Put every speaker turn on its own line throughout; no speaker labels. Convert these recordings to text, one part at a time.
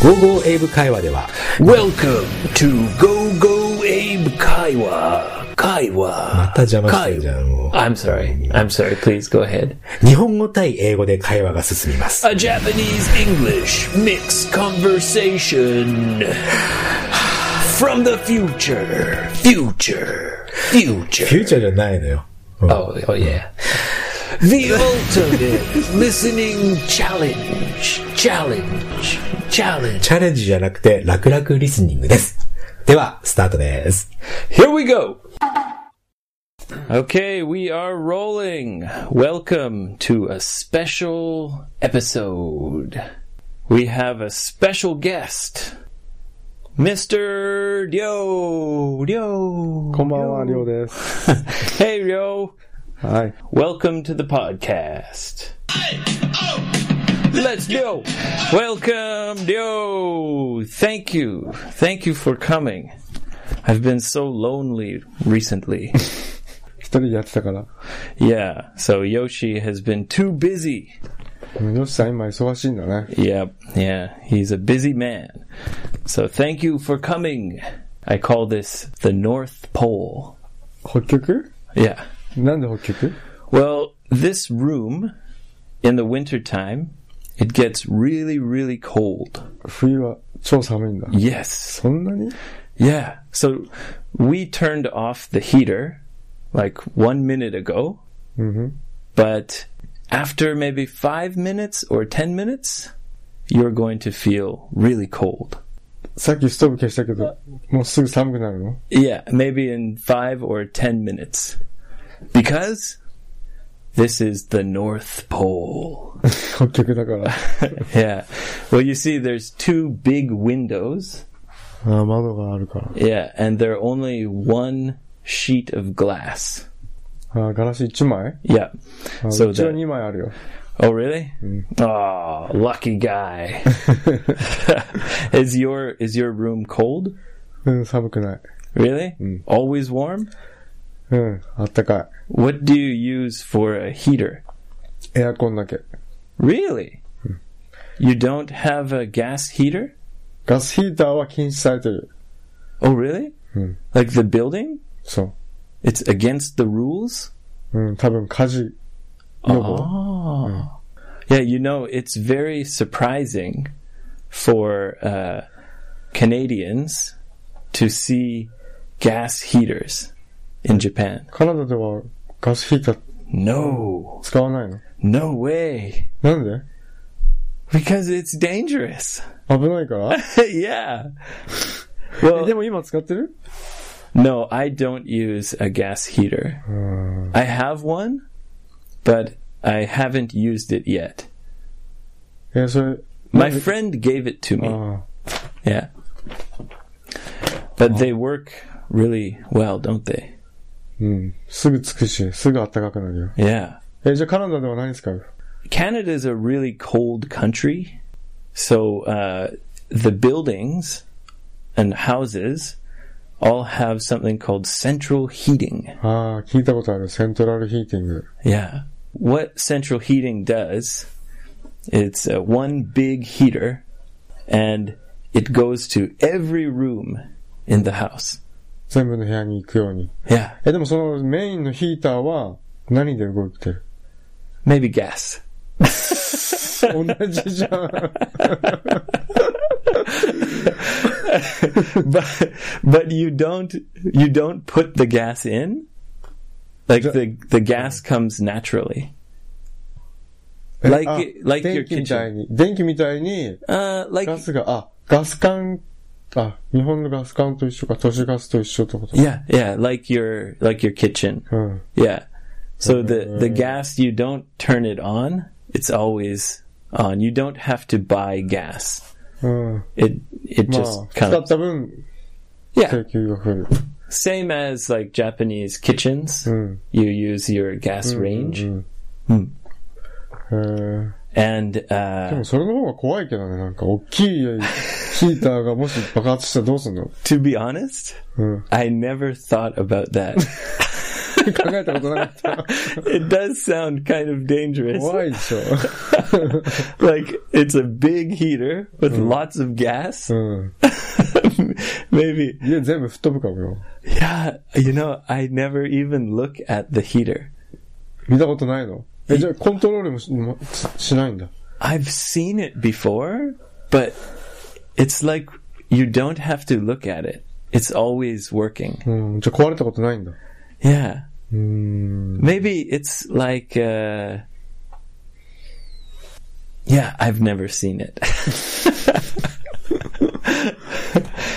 GoGo 英語会話では
Welcome to Go Go Abe Kaiwa.
ま
Kaiwa.
た邪魔してるじゃんも
I'm sorry. I'm sorry. Please go ahead.
う日本語対英語で会話が進みます
A Japanese English mixed conversation from the future. Future.
フュ
Future.
ーチャーじゃないのよ、うん
Oh, oh yeah. The ultimate listening challenge. Challenge. Challenge.
チャレンジじゃなくて楽々リスニングですではスタートです
Here we go. Okay, we are rolling. Welcome to a special episode. We have a special guest, Mr. Ryo. Ryo.
こんばんは、りょうです。
Hey, Ryo.
はい。
Welcome to the podcast. Let's go. Welcome, Dio. Thank you. Thank you for coming. I've been so lonely recently.
一人でやってたから。
yeah, so Yoshi has been too busy.
よしさん、今忙しいんだね。
Yep, yeah, he's a busy man. So thank you for coming. I call this the North Pole.
北極
Yeah.
なんで北極
Well, this room in the wintertime, it gets really, really cold.
冬は超寒いんだ。
Yes.
そんなに
Yeah. So we turned off the heater like one minute ago,
うんうん。
but after maybe five minutes or 10 minutes, you're going to feel really cold.
さっきストーブ消したけど、もうすぐ寒くなるの
Yeah. Maybe in five or 10 minutes. Because this is the North Pole.
北極だから。
yeah. Well, you see, there's two big windows.
ああ、窓があるから。
Yeah. And they're only one sheet of glass.
ああ、ガラス一枚
Yeah.
ああ
そうだ
うちは二枚あ るよ。
Oh, really? Oh, lucky guy. is your is your room cold?
うん、寒くない。
Really? Always warm?
うん、あったか
What do you use for a heater?
い。エアコンだけ。
Really? You don't have a gas heater?
ガスヒーターは禁止されてる。
Oh, really?
Mm.
Like the building?
そ
It's against the rules?
う。うん、多分火事予防。
Oh. Yeah, you know, it's very surprising for uh, Canadians to see gas heaters in Japan.
カナダではガスヒーター
No,
使わないの
no way.
なんで
Because it's dangerous.
危ないから
yeah. Well,
でも今使ってる
no, I don't use a gas heater.
うーん
I have one, but I haven't used it yet.
えーそれ、
My friend gave it to me.
あ
Yeah. But they work really well, don't they?
ーうん。すぐ着くし、すぐ暖かくなるよ。
Yeah.
えーじゃあカナダでは何使う
Canada is a really cold country. So uh, the buildings and houses all have something called central heating.
ああ、聞いたことある。セントラルヒーティング。
Yeah. What central heating does, it's uh, one big heater and it goes to every room in the house.
全部の部屋に行くように。
Yeah.
えーでもそのメインのヒーターは何で動いてる
Maybe gas.
同じじゃ ん。
but but you don't you don't put the gas in like
Ju-
the the gas comes naturally
え
Like
あ
it- like your
電気みたいに、電気みたいに
uh like
ガスが、あ、ガス管、あ、日本のガス管と一緒か、都市ガスと一緒ってこと
yeah yeah like your like your kitchen
うん。
yeah so the the gas you don't turn it on it's always on you don't have to buy gas
うん。
it it
まあ
just、
使っ
comes
た分、
yeah
請求が増える。
same as like japanese kitchens
うん。
you use your gas range
うん。
うん
へー
and
で
uh
もそれの方が怖いけどね、なんか大きいヒーターがもし爆発したらどうすんの
to be honest
うん。
I never thought about that.
考えたことなかった。
It does sound kind of dangerous.
怖いでしょ。
Like it's a big heater with lots of gas.
うん。
Maybe.
家全部吹っ飛ぶかもよ。
Yeah, you know, I never even look at the heater.
見たことないのえ、じゃあコントロールもしもししないんだ。
I've seen it before, but it's like you don't have to look at it. It's always working.
うん。じゃあ壊れたことないんだ。
Yeah.
うーん。
Maybe it's like uh Yeah, I've never seen it.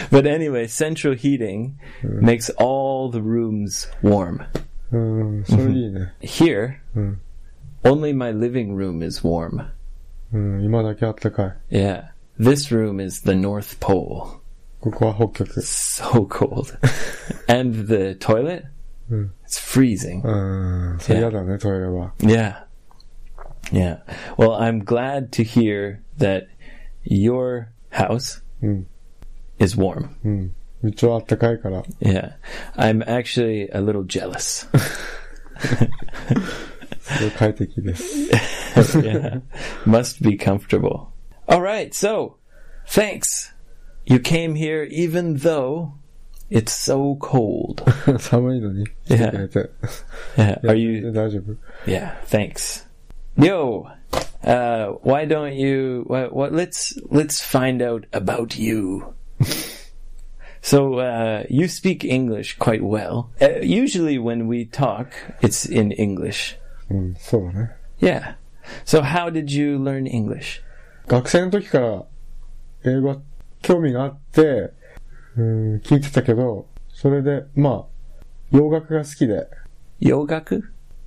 but anyway, central heating makes all the rooms warm.
うん。それいいね。
Here,
Mm.
only my living room is warm.
うん。今だけあったかい。
Yeah. This room is the North Pole.
ここは北極。
So cold. and the toilet?
Mm.
It's freezing.
うん。それ嫌だね、トイレは。
Yeah. Yeah. Well, I'm glad to hear that your house
Mm.
is warm.
うん。一応あったかいから。
Yeah. I'm actually a little jealous.
すごい快 適です。
yeah. Must be comfortable. All right. So, thanks. You came here even though it's so cold.
寒いのに来てくれて。
Yeah. Are
え
you?
大丈夫
Yeah. Thanks. Yo. Uh, why don't you? What? what let's let's find out about you. So uh, you speak English quite well. Uh, usually, when we talk, it's in English.
うん、そうだね。
Yeah. So how did you learn English?
学生の時から英語は興味があって、うん、聞いてたけど、それで、まあ、洋楽が好きで、
Yogaku?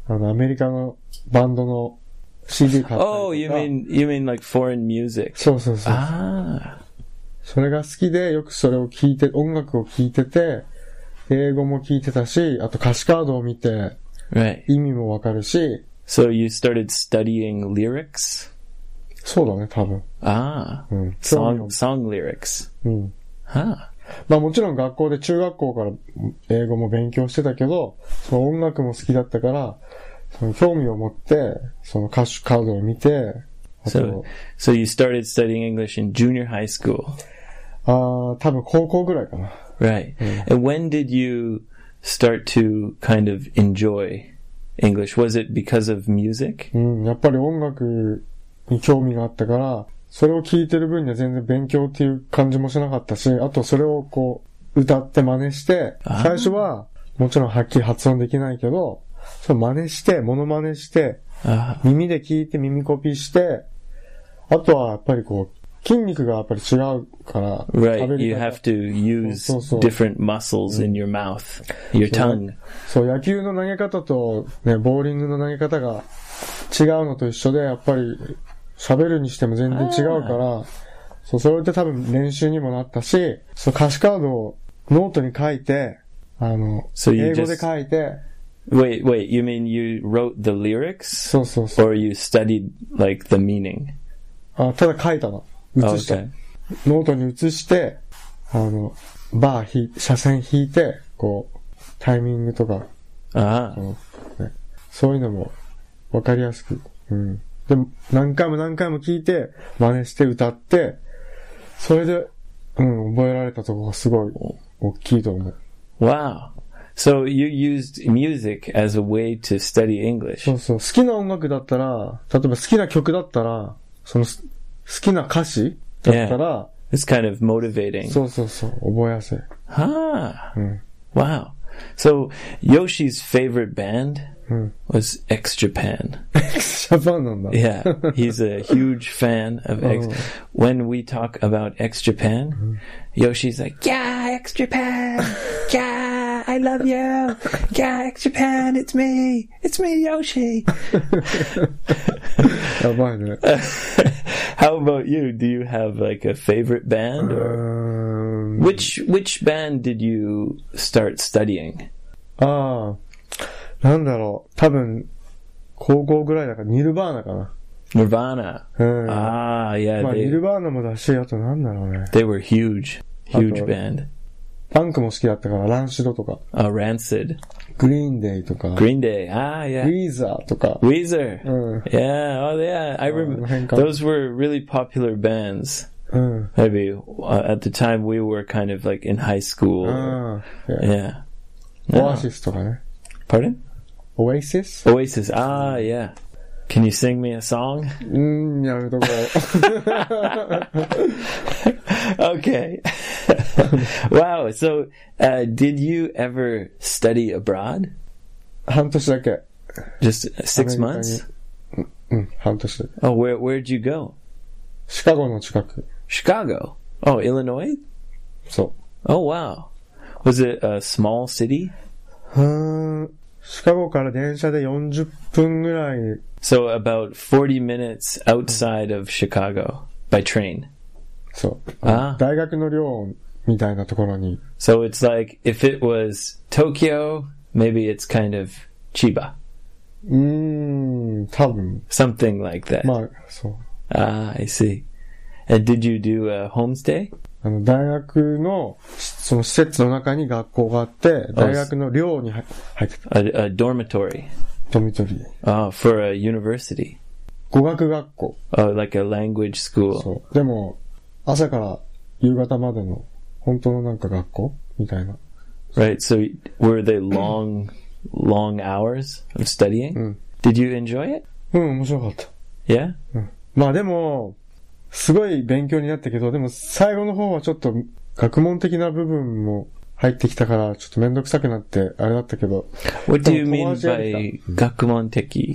あの、アメリカのバンドの CD 買ったりとか。
Oh, you mean you mean like foreign music?
そうそうそう。
Ah.
それが好きで、よくそれを聞いて、音楽を聞いてて、英語も聞いてたし、あと歌詞カードを見て、
Right.
意味もわかるし、
So you started studying lyrics?
そうだね、多分。
Ah.
うん。
Song song lyrics.
うん。
Huh.
まあもちろん学校で中学校から英語も勉強してたけど、その音楽も好きだったから、その興味を持って、その歌手カードを見て、あと
So、so you started studying English in junior high school.
あー多分高校ぐらいかな。
Right. And when did you start to kind of enjoy English? Was it because of music?
うん、やっぱり音楽に興味があったから、それを聴いてる分には全然勉強っていう感じもしなかったし、あとそれをこう、歌って真似して、
あー
最初は、もちろんはっきり発音できないけど、それ真似して、モノマネして、
Ah.
耳で聞いて耳コピーして、あとはやっぱりこう、筋肉がやっぱり違うから、
Right,
喋り
you
方
have to use
So- so- so.
different muscles in your mouth, your tongue.
そう、野球の投げ方と、ね、ボーリングの投げ方が違うのと一緒で、やっぱり喋るにしても全然違うから、そう、それで多分練習にもなったし、そう、歌詞カードをノートに書いて、あの、
So you
英語
just-
で書いて、
Wait, wait, you mean you wrote the lyrics
そうそうそう。
or you studied like the meaning? Oh,
あただ書いたの。写した。
okay.
ノートに移して、あの、バーひ、車線引いて、こう、タイミングとか、
Ah,
そういうのも分かりやすく。うん。で、何回も何回も聞いて、真似して歌って、それで、うん、覚えられたとこがすごい大きいと思う。
wow. So you used music as a way to study English.
そうそう。好きな音楽だったら、例えば好きな曲だったら、そのす好きな歌詞だったら、
It's kind of motivating.
そうそうそう、覚えやすい。
ah,
うん。
wow. So Yoshi's favorite band
Hmm.
was X Japan.
ジャパンなんだ。
Yeah, he's a huge fan of X.
Oh. Hmm.
When we talk about X Japan, Yoshi's like, "Yeah, X Japan. Yeah, I love you. Yeah, X Japan. It's me. It's me, Yoshi."
やばいね。
How about you? Do you have like a favorite
う
band? Or...
ーん。
Which which band did you start studying?
ああ、なんだろう。多分、高校ぐらいだから、ニルバーナかな。
Nirvana.
うん。
Ah, yeah,
まあ、ニ
they
ルバーナもだし、あとなんだろうね。
they were huge, huge
Hot dog.
band.
パンクも好きだったから、ランシドとか、
Uh, Rancid.
グリーンデイとか、ウ
Green Day. Ah, yeah.
ィーザーとか、
Weezer.
うん。
Yeah. Oh, yeah. I
hang
remember.
on.
Those were really popular bands.
うん。
Maybe uh, at the time we were kind of like in high school.
うん。
Yeah.
オ
Yeah.
アシスとかね。
Pardon?
オアシス
Oasis. Ah, yeah. Can you sing me a song?
うーん、やめとこう。
okay. wow. So, uh, did you ever study abroad?
半年だけ。
Just uh, six
America,
months?
うん、半年だけ。
Oh, where where'd you go?
シカゴの近く。
Chicago. Oh, Illinois.
そ
Oh, wow. Was it a small city?
う。うーん。シカゴから電車で40分ぐらい、
So about forty minutes outside of Chicago by train.
そう。
あー
大学の寮みたいなところに。
So it's like if it was Tokyo, maybe it's kind of Chiba,
うーん、多分。
something like that.
まあ、そう。
Ah, I see. And did you do a homestay?
あの、大学の、その施設の中に学校があって、大学の寮に入入ってた。
A, a dormitory
ドミトリー。
oh, for a university,
語学学校。
oh, like a language school.
そう。でも、朝から夕方までの、本当のなんか学校みたいな。
Right. So were they long, long hours of studying?
Mm.
Did you enjoy it?
うん、面白かった。
Yeah.
まあでも、すごい勉強になったけど、でも最後の方はちょっと学問的な部分も入ってきたから、ちょっとめんどくさくなって、あれだったけど、
What do you mean
友達ができた。
by gakumon teki?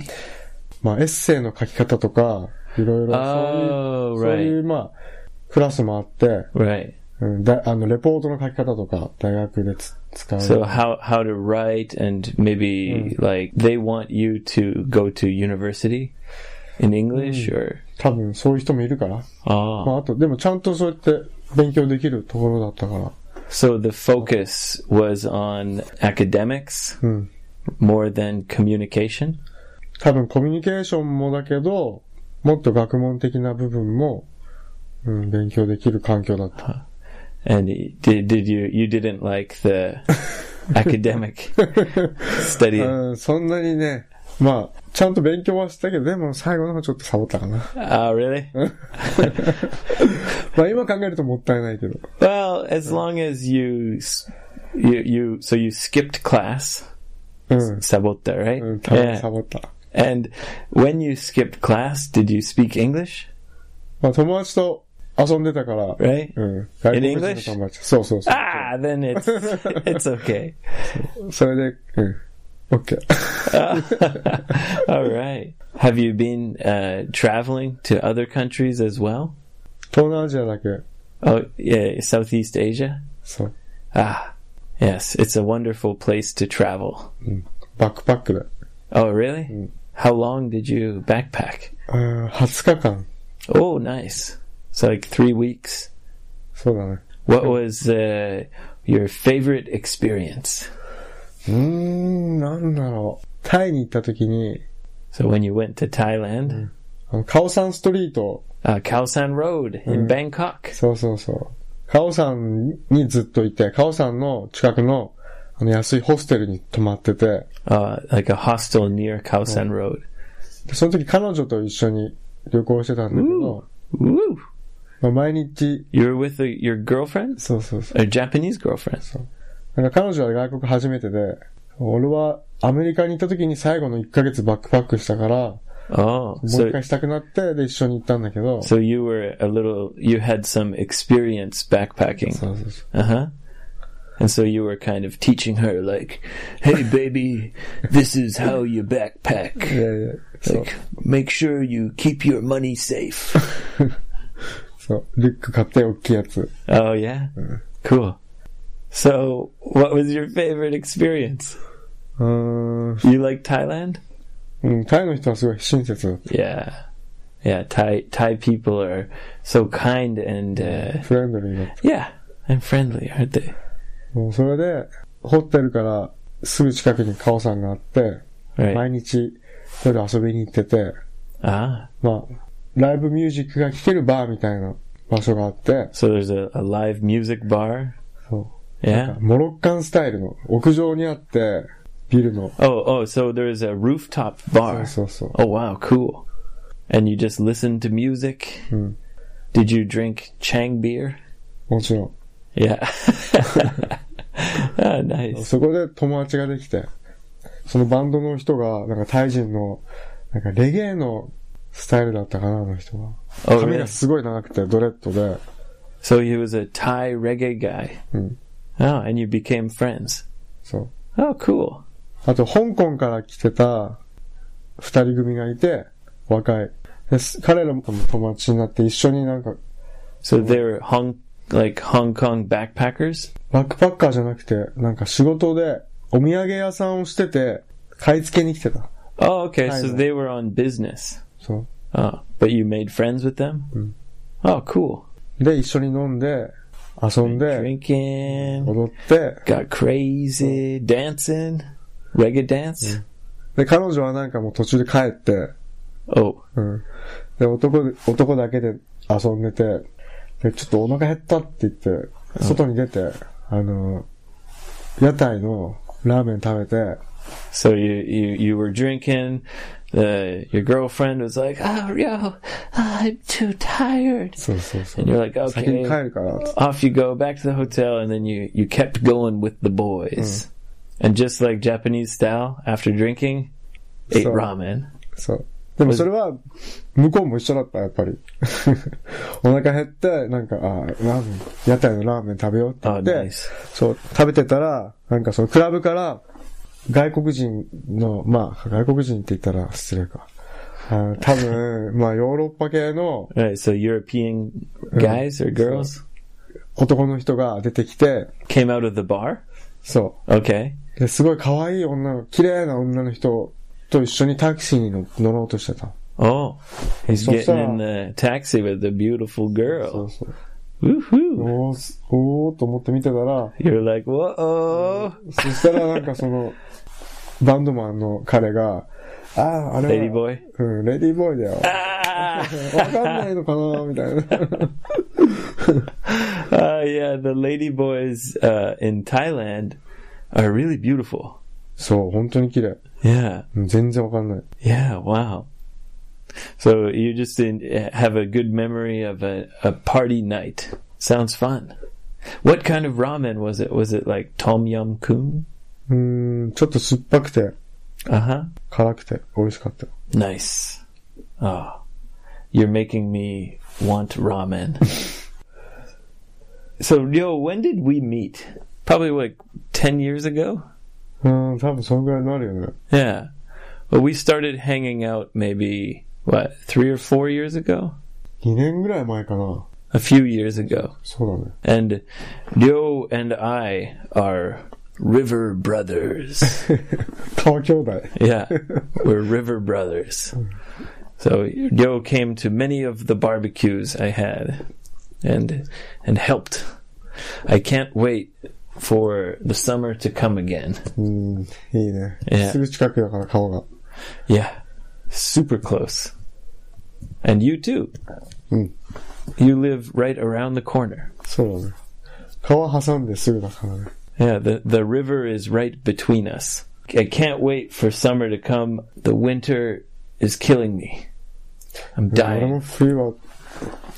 まあエッセイの書き方とか、いろいろそうい
Oh,
う、そういう、まあ、クラスもあって、
Right.
うん、だあの、レポートの書き方とか、大学でつ使う。
So how how to write and maybe like they want you to go to university in English or
多分そういう人もいるから。ま
oh
ああと、でもちゃんとそうやって勉強できるところだったから。
so the focus was on academics
うん。
more than communication.
多分コミュニケーションもだけど、もっと学問的な部分も、うん、勉強できる環境だった。
And did did you you didn't like the academic study?
うん、そんなにね、まあ、ちゃんと勉強はしたけど、でも最後の方ちょっとサボったかな。
Oh really?
まあ今考えるともったいないけど。
Well, as long as you s- you you so you skipped class
うん。
sabotta,
う
right?
ん、多分
Yeah.
サボった。
And when you skipped class, did you speak English?
まあ友達と遊んでたから、
Right?
うん。外国人の友達。そうそうそう。
Ah, then it's it's okay.
それで、うん。OK。
All right. Have you been uh, traveling to other countries as well?
東南アジアだけ、
Oh, yeah, Southeast Asia.
そう。
Ah, yes, it's a wonderful place to travel.
バックパックで。
Oh, really? How long did you backpack?
うん、20日間。
Oh, nice. So like three weeks.
そうだね。
What was uh, your favorite experience?
うーん、なんだろう。タイに行った時に、
So when you went to Thailand.
あのカオサンストリート、
uh, Khao San Road in Bangkok.
そうそうそう。カオさんにずっといて、カオさんの近くの、あの、安いホステルに泊まってて、
Uh, like a hostel near Khao San Road.
でその時彼女と一緒に旅行してたんだけど、
Woo!
まあ、毎日、
You were with a, your girlfriend?
そうそうそ
A Japanese girlfriend?
う。なんか彼女は外国初めてで、俺はアメリカに行った時に最後の1ヶ月バックパックしたから、も
Oh,
う一
so
回したくなって、で一緒に行ったんだけど、
so you were a little. You had some experience backpacking.
そうそうそう。
Uh huh. And so you were kind of teaching her, like, "Hey, baby, this is how you backpack.
いやいや、そう
Like, make sure you keep your money safe."
そう。リュック買って、大きいやつ。
oh yeah, cool. So, what was your favorite experience?
うーん。
You like Thailand?
うん、タイの人はすごい親切だっ
Yeah. Yeah, Thai Thai people are so kind and uh,
た。フレンドリーだった。
yeah, and friendly, aren't they?
もうそれで、ホテルからすぐ近くにカオさんがあって、毎
Right.
日夜遊びに行ってて、
Ah.
まあ、ライブミュージックが聴けるバーみたいな場所があって、
So there's a, a live music bar.
そ
Yeah.
モロッカンスタイルの屋上にあって、ビルの。
Oh, oh, so there is a rooftop bar.
そうそう。
Oh, wow, cool. And you just listen to music?
Hmm.
Did you drink Chang beer?
もちろ
Yeah. Ah,
ん。
nice.
そこで友達ができて、そのバンドの人が、なんかタイ人の、なんかレゲエのスタイルだったかな、あの人は。
Oh,
髪
really?
がすごい長くて、ドレッドで。
So he was a Thai reggae guy.
Hmm.
Oh, and you became friends.
そう。
Oh, cool.
あと、香港から来てた二人組がいて、若い。です彼らも友達になって一緒になんか、
So they were Hong, like Hong Kong backpackers?
バックパッカーじゃなくて、なんか仕事でお土産屋さんをしてて、買い付けに来てた。
Oh, okay.
Thai
So they
guy.
were on business.
そ
Oh, but you made friends with
Hmm.
them? Oh, cool.
う。で、一緒に飲んで、遊んで、
Drinking,
踊って、
got crazy, dancing, reggae dance.
で、彼女はなんかもう途中で帰って、
Oh,
うん。で、男で、男だけで遊んでて、で、ちょっとお腹減ったって言って、外に出て、あの、屋台のラーメン食べて、
so you you you were drinking. The your girlfriend was like, "Oh, yo, I'm too tired,"
そうそうそ
and you're like,
先に
"Okay."
帰るから、つって
off you go back to the hotel and then you you kept going with the boys
Mm.
and just like japanese style after drinking ate
So-
ramen
そう。でもそれは、向こうも一緒だった、やっぱり。 お腹減って、なんか、あーラーメン、屋台のラーメン食べようって言
oh
って、
nice
そう、食べてたら、なんかそのクラブから、外国人の、まあ、外国人って言ったら失礼か。あー多分、 まあ、ヨーロッパ系の
all right so european guys or girls
男の人が出てきて、
came out of the bar
そ
okay
う。ですごい可愛い女の、綺麗な女の人と一緒にタクシーに乗乗ろうとしてた。
oh he's
So
getting in
sad.
the taxi with the beautiful
そ
girl
うそう。
woohoo
おーす、おーと思って見てたら、
you're like whoa
そしたらなんかその、バンドマンの彼が、ああ、あれは
lady boy
うん、レディーボーイだよ。
ah
わかんないのかなみたいな。
uh, yeah the lady boys uh, in thailand are really beautiful
そう、本当に綺麗。
yeah
うん全然わかんない。
Yeah, wow. So you just in, have a good memory of a, a party night. Sounds fun. What kind of ramen was it? Was it like tom yum kun?
うーん、ちょっと酸っぱくて、
Uh huh.
辛くて、美味しかった。
Nice. Oh, you're making me want ramen. so, yo, when did we meet? Probably like 10 years ago?
うーん、多分そのぐらいになるよね。
Yeah. Well, we started hanging out maybe, what, three or four years ago?
2年ぐらい前かな。
A few years ago.
そうだね。
And Ryo and I are river brothers.
川兄弟。
yeah, we're river brothers. So Ryo came to many of the barbecues I had and and helped. I can't wait for the summer to come again.
うーん、いいね。
Yeah.
すぐ近くだから、顔が。
Yeah. Super close. And you too.
Mm.
You live right around the corner.
そうだね。川挟んですぐだからね。
Yeah, the, the river is right between us. I can't wait for summer to come. The winter is killing me. I'm
俺
dying.
も冬は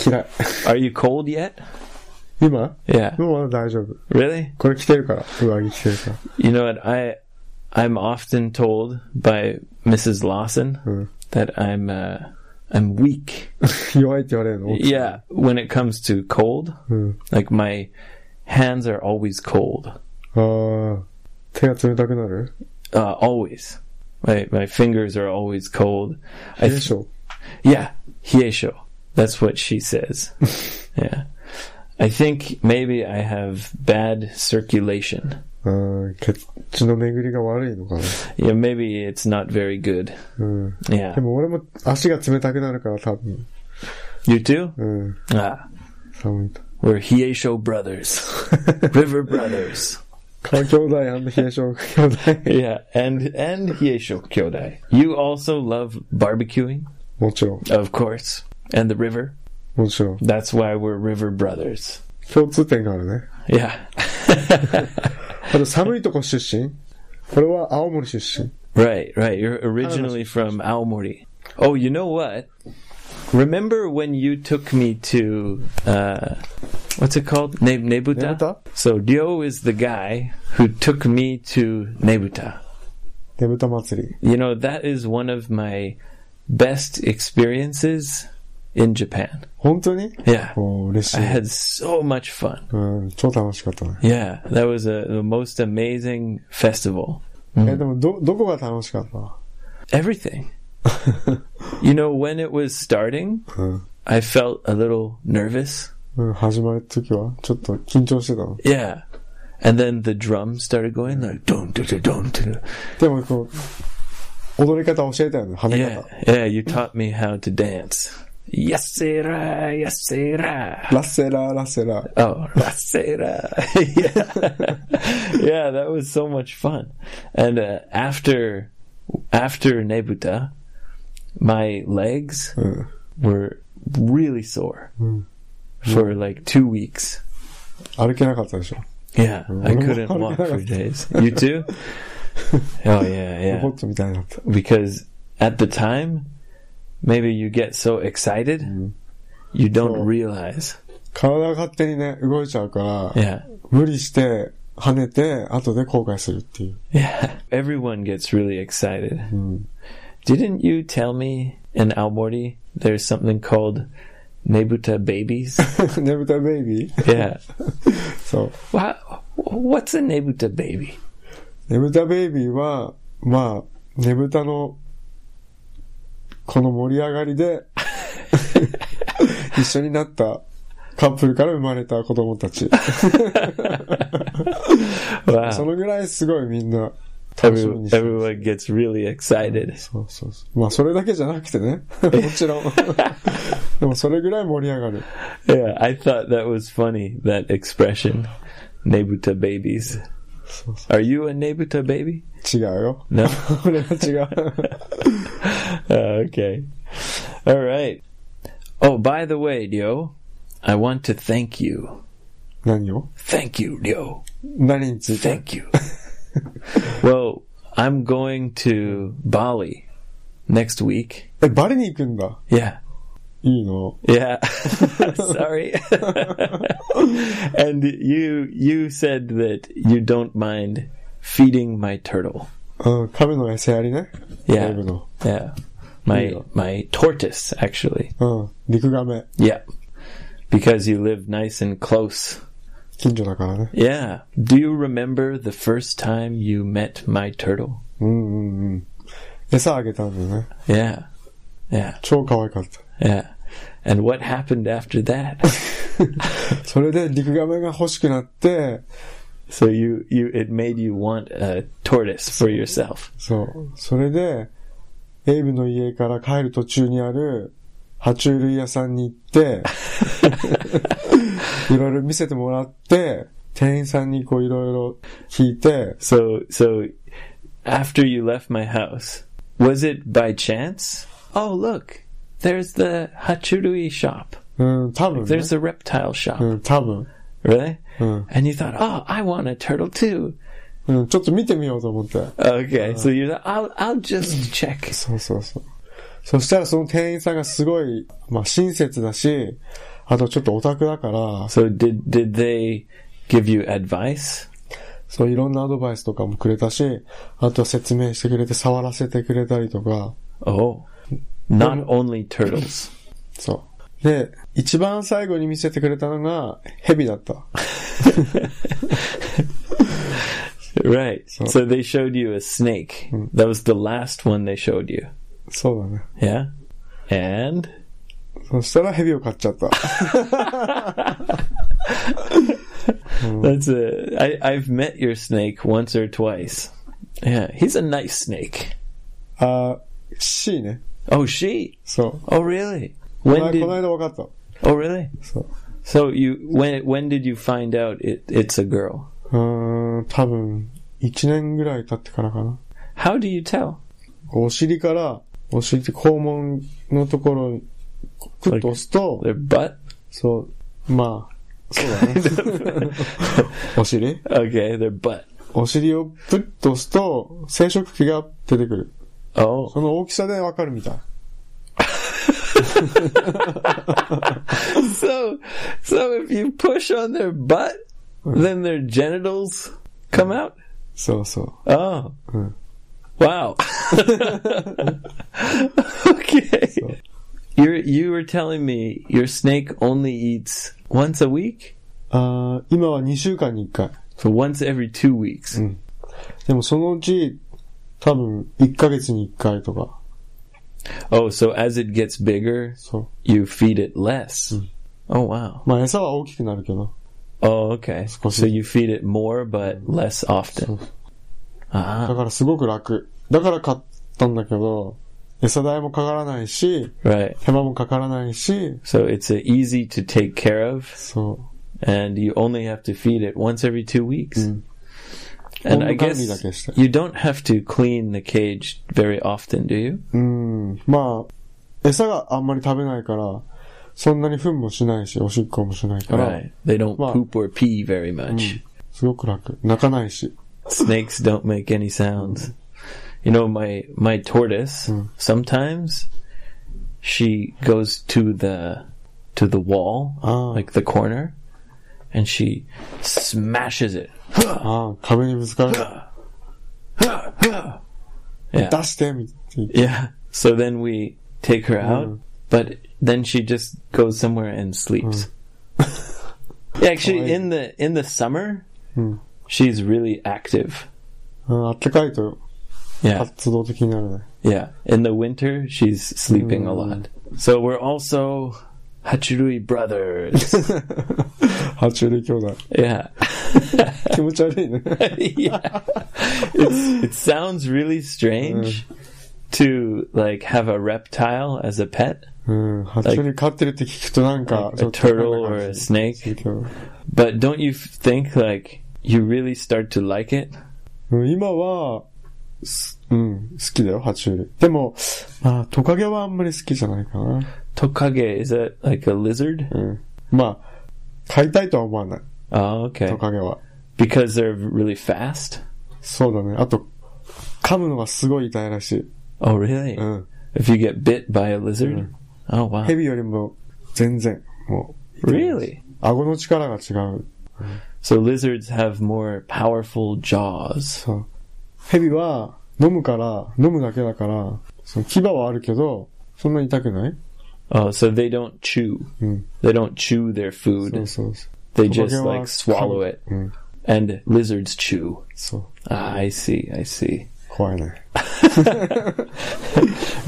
嫌い。
Are you cold yet?
今
Yeah.
もうまだ大丈夫。
Really?
これ着てるから。上着着てるから。
You know what? I I'm often told by Mrs. Lawson
Mm.
that I'm uh, I'm weak.
弱いって言われるの。
yeah, when it comes to cold,
うん。
like my hands are always cold.
ああ、手が冷たくなる
Uh, always. My my fingers are always cold.
冷
I
え性。
Yeah, hiesho. That's what she says. yeah. I think maybe I have bad circulation.
うん、血血の巡りが悪いのかな。
Yeah, maybe it's not very good.
うん。
Yeah.
でも俺も足が冷たくなるから多分、
You too?
うん、
Ah,
寒いと。
we're hiesho brothers. River brothers.
川兄弟冷え性兄弟。
Yeah, and and hiesho kyodai. You also love barbecuing,
もちろん、
of course, and the river.
もちろん。
That's why we're river brothers.
共通点があるね。
Yeah.
あと寒いとこ出身これは青森出身。
Right, right. You're originally from Aomori. Oh, you know what? Remember when you took me to uh, what's it called? Ne- Nebuta?
Nebuta?
So Ryo is the guy who took me to Nebuta.
ねぶた祭り。
You know that is one of my best experiences in Japan.
本当に
Yeah,
おー嬉し
I
い。
had so much fun.
うん、超楽しかったね。
Yeah, that was a, the most amazing festival.
え、でも、ど、どこが楽しかった、
Everything. you know when it was starting.
うん、
I felt a little nervous.
うん、始まるときはちょっと緊張してたの。
Yeah. And then the drums started going like dun dun dun dun. dun.
でも、こう、踊り方教えたよね、跳ね
Yeah,
方。
yeah. You taught me how to dance. Yasera, yasera.
ラッセラー、ラッセラー。
Oh, rasera. yeah. yeah, that was so much fun. And uh, after after Nebuta, my legs
うん。
were really sore
Mm.
for like two weeks.
歩けなかったでしょ。
Yeah, I couldn't
Mm.
walk for days. You too? Oh yeah,
ロボ
yeah.
ットみたいになった。
Because at the time, maybe you get so excited, you don't
So-
realize.
体が勝手にね、動いちゃうから、
Yeah,
無理して、跳ねて、後で後悔するっていう。
yeah. Everyone gets really excited.
うん。
Didn't you tell me in Almorty there's something called Nebuta babies?
ねぶたベイビー
yeah.
そう。
Wha- What's a Nebuta baby?
ねぶたベイビーは、まあ、ねぶたの、この盛り上がりで、 一緒になったカップルから生まれた子供たち。そ
Wow.
のぐらいすごいみんな楽しみ
Every,
にしてる
everyone gets really excited.
そうそうそう。まあ、それだけじゃなくてね。 もちろん。でも、それぐらい盛り上がる。
Yeah, I thought that was funny, that expression. Nebuta babies.
そうそ
Are you a Nebuta baby?
う違うよ。
No?
これは違う。
Uh, okay. All right. Oh, by the way, Dio, I want to thank you.
何を
Thank you, Dio.
何について
Thank you. well, I'm going to Bali next week.
え、バリに行くんだ。
Yeah.
いいの
Yeah. Sorry. and you you said that you don't mind feeding my turtle.
うん、亀の餌やりね。ライ
Yeah.
ブの。
Yeah. My
Yeah.
my tortoise actually.
うん、陸亀。
Yeah. Because you live nice and close.
近所だからね。
Yeah. Do you remember the first time you met my turtle?
うんうんうん。餌あげたんだよね。
Yeah. Yeah.
超可愛かった。
Yeah. And what happened after that?
それで陸亀が欲しくなって、
so you you it made you want a tortoise for yourself.
そう。それで、エイブの家から帰る途中にある、爬虫類屋さんに行って、いろいろ見せてもらって、店員さんにこういろいろ聞いて、
So so after you left my house, was it by chance? Oh look, there's the Hachurui shop.
うん、多分、ね。
There's the reptile shop.
うん、多分。
Really?
うん。
And you thought, oh, I want a turtle too.
うん、ちょっと見てみようと思って。
Okay, so you thought, I'll I'll just check.
そうそうそう。そしたらその店員さんがすごい、まあ親切だし、あとちょっとオタクだから、
So did did they give you advice?
そういろんなアドバイスとかもくれたし、あとは説明してくれて触らせてくれたりとか、
Oh, not only turtles.
そう。で、一番最後に見せてくれたのが、ヘビだった。
Right. So they showed you a snake. That was the last one they showed you.
そうだね。
Yeah. And
そしたらヘビを買っちゃった。
That's a. I, I've met your snake once or twice. Yeah, he's a nice snake.
あー、C ね。
Oh, she.
そう。
Oh, really?
この
When
間この
did?
間分かった。
Oh, really?
そう。
So you when when did you find out it, it's a girl?
うーん、多分、1年ぐらい経ってからかな。
How do you tell?
お尻から、お尻って肛門のところに、クッと押すと、
Their butt.
そう、まあ、そうだね。 お尻
Okay, their butt.
お尻をプッと押すと、生殖器が出てくる。
Oh,
その大きさでわかるみたい。
so so if you push on their butt, then their genitals come out.
そうそう。
Oh,
Mm.
wow. okay, you you were telling me your snake only eats once a week,
あー今は2週間に1回。
so once every two weeks.
でもそのうち、多分1ヶ月に1回とか。
Oh, so as it gets bigger,
そ
you feed it less. Oh wow.
う。まあ餌は大きくなるけど。
Oh okay.
course
So
it-
you feed it more but less often. Ah.
だからすごく楽。だから買ったんだけど、餌代もかからないし、
Right.
手間もかからないし、
So it's uh, easy to take care of,
そう。
and you only have to feed it once every two weeks.
Mm.
And I
温度管理
guess
だけして。
you don't have to clean the cage very often, do you?
うん。まあ、餌があんまり食べないから、そんなに糞もしないし、おしっこもしないから、
Right. They don't
Well-
poop or pee very much.
すごく楽。泣かないし。
Snakes don't make any sounds. You know, my my tortoise sometimes she goes to the to the wall,
Ah.
like the corner, and she smashes it.
ああ、壁にぶつかる。
Yeah.
出してみたいな
Yeah. So then we take her out,
Mm.
but then she just goes somewhere and sleeps. yeah, actually,
Kawaii.
in the in the summer,
Mm.
she's really active.
うんあったかいと
Yeah,
活動的になるね。
yeah. In the winter, she's sleeping a
Mm.
lot. So we're also Hachirui brothers.
爬虫類兄弟。
yeah.
気持ち悪いね。
yeah. It's, it sounds really strange to like have a reptile as a pet,
うん。爬虫類飼ってるって聞くとなんか、
a turtle or a
スネ
snake. But don't you f- think like you really start to like it?
今は、すうん、好きだよ、爬虫類。でも、まあ、トカゲはあんまり好きじゃないかな。
Tokage is that like a lizard?
うん。まあ、飼いたいとは思わない、
Oh, okay.
トカゲは。
Because they're really fast.
そうだね。あと、噛むのがすごい痛いらしい。
Oh, really?
うん。
If you get bit by a lizard?
Mm.
Oh, wow.
蛇よりも、全然、もう。
Really?
顎の力が違う。
So lizards have more powerful jaws.
そう。蛇は、飲むから、飲むだけだから、その牙はあるけど、そんなに痛くない
Oh, so they don't chew.
Mm.
They don't chew their
そう
food.
そうそ
They
Tokage
just
wa-
like swallow it.
う。うん。
And lizards chew.
そう。
Ah, I see, I see.
怖いね。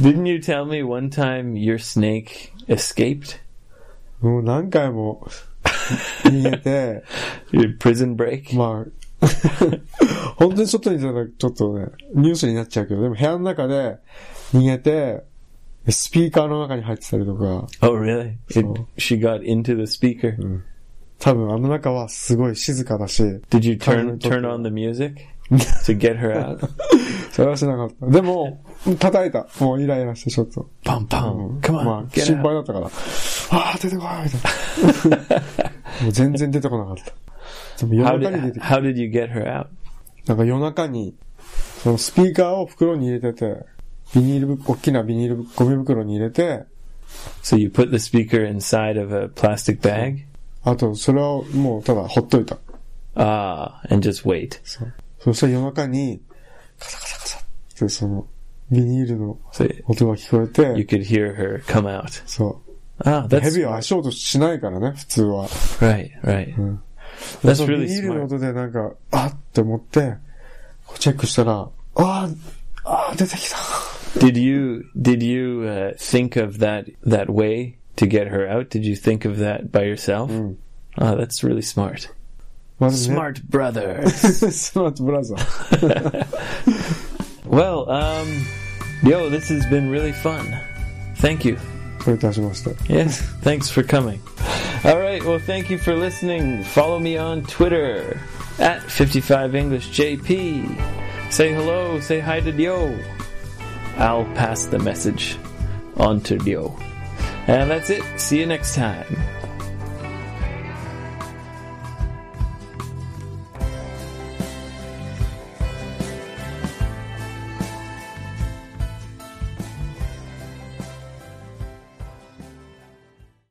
Didn't you tell me one time your snake escaped?
もう何回も 逃げて、
Your prison break?
まあ、本当に外に出たらちょっとね、ニュースになっちゃうけど、でも部屋の中で逃げて、スピーカーの中に入ってたりとか、
Oh, really? It,
So-
she got into the speaker.
多分あの中はすごい静かだし、
Did you turn turn
Totally different.
on the music to get her out?
それはしなかった。でも、叩いた。もうイライラしてちょっと。
Pom
う
pom.
ん
Oh, Come
ま
on,
あ、
get
心
out.
配だったから、ああ、出てこいみ たいな。もう全然出てこなかった。でも夜
How
中に出て
did
きた
how did you get her out?
なんか夜中に、そのスピーカーを袋に入れてて、ビニールぶ、大きなビニール、ゴミ袋に入れて、
So you put the speaker inside of a plastic bag,
あと、それをもうただほっといた。
ah, and just wait.
そしたら夜中に、カサカサカサってその、ビニールの
So
音が聞こえ
you
て、
could hear her come out.
そ
Ah,
う。
that's
蛇は足音しないからね、普通は。
right, right.
Mm.
That's
その
really
ビニールの
smart.
音でなんか、あっって思って、こうチェックしたら、ああ、ああ、出てきた。
Did you did you uh, think of that that way to get her out? Did you think of that by yourself?
Mm.
Ah, that's really smart.
まずね、
Smart brother.
スマートブラザー。
Well, um, yo, this has been really fun. Thank you.
といたしました。
Yes, thanks for coming. All right, well, thank you for listening. Follow me on Twitter at 55EnglishJP. Say hello, say hi to Dio. I'll pass the message on to Dio. And that's it. See you next time.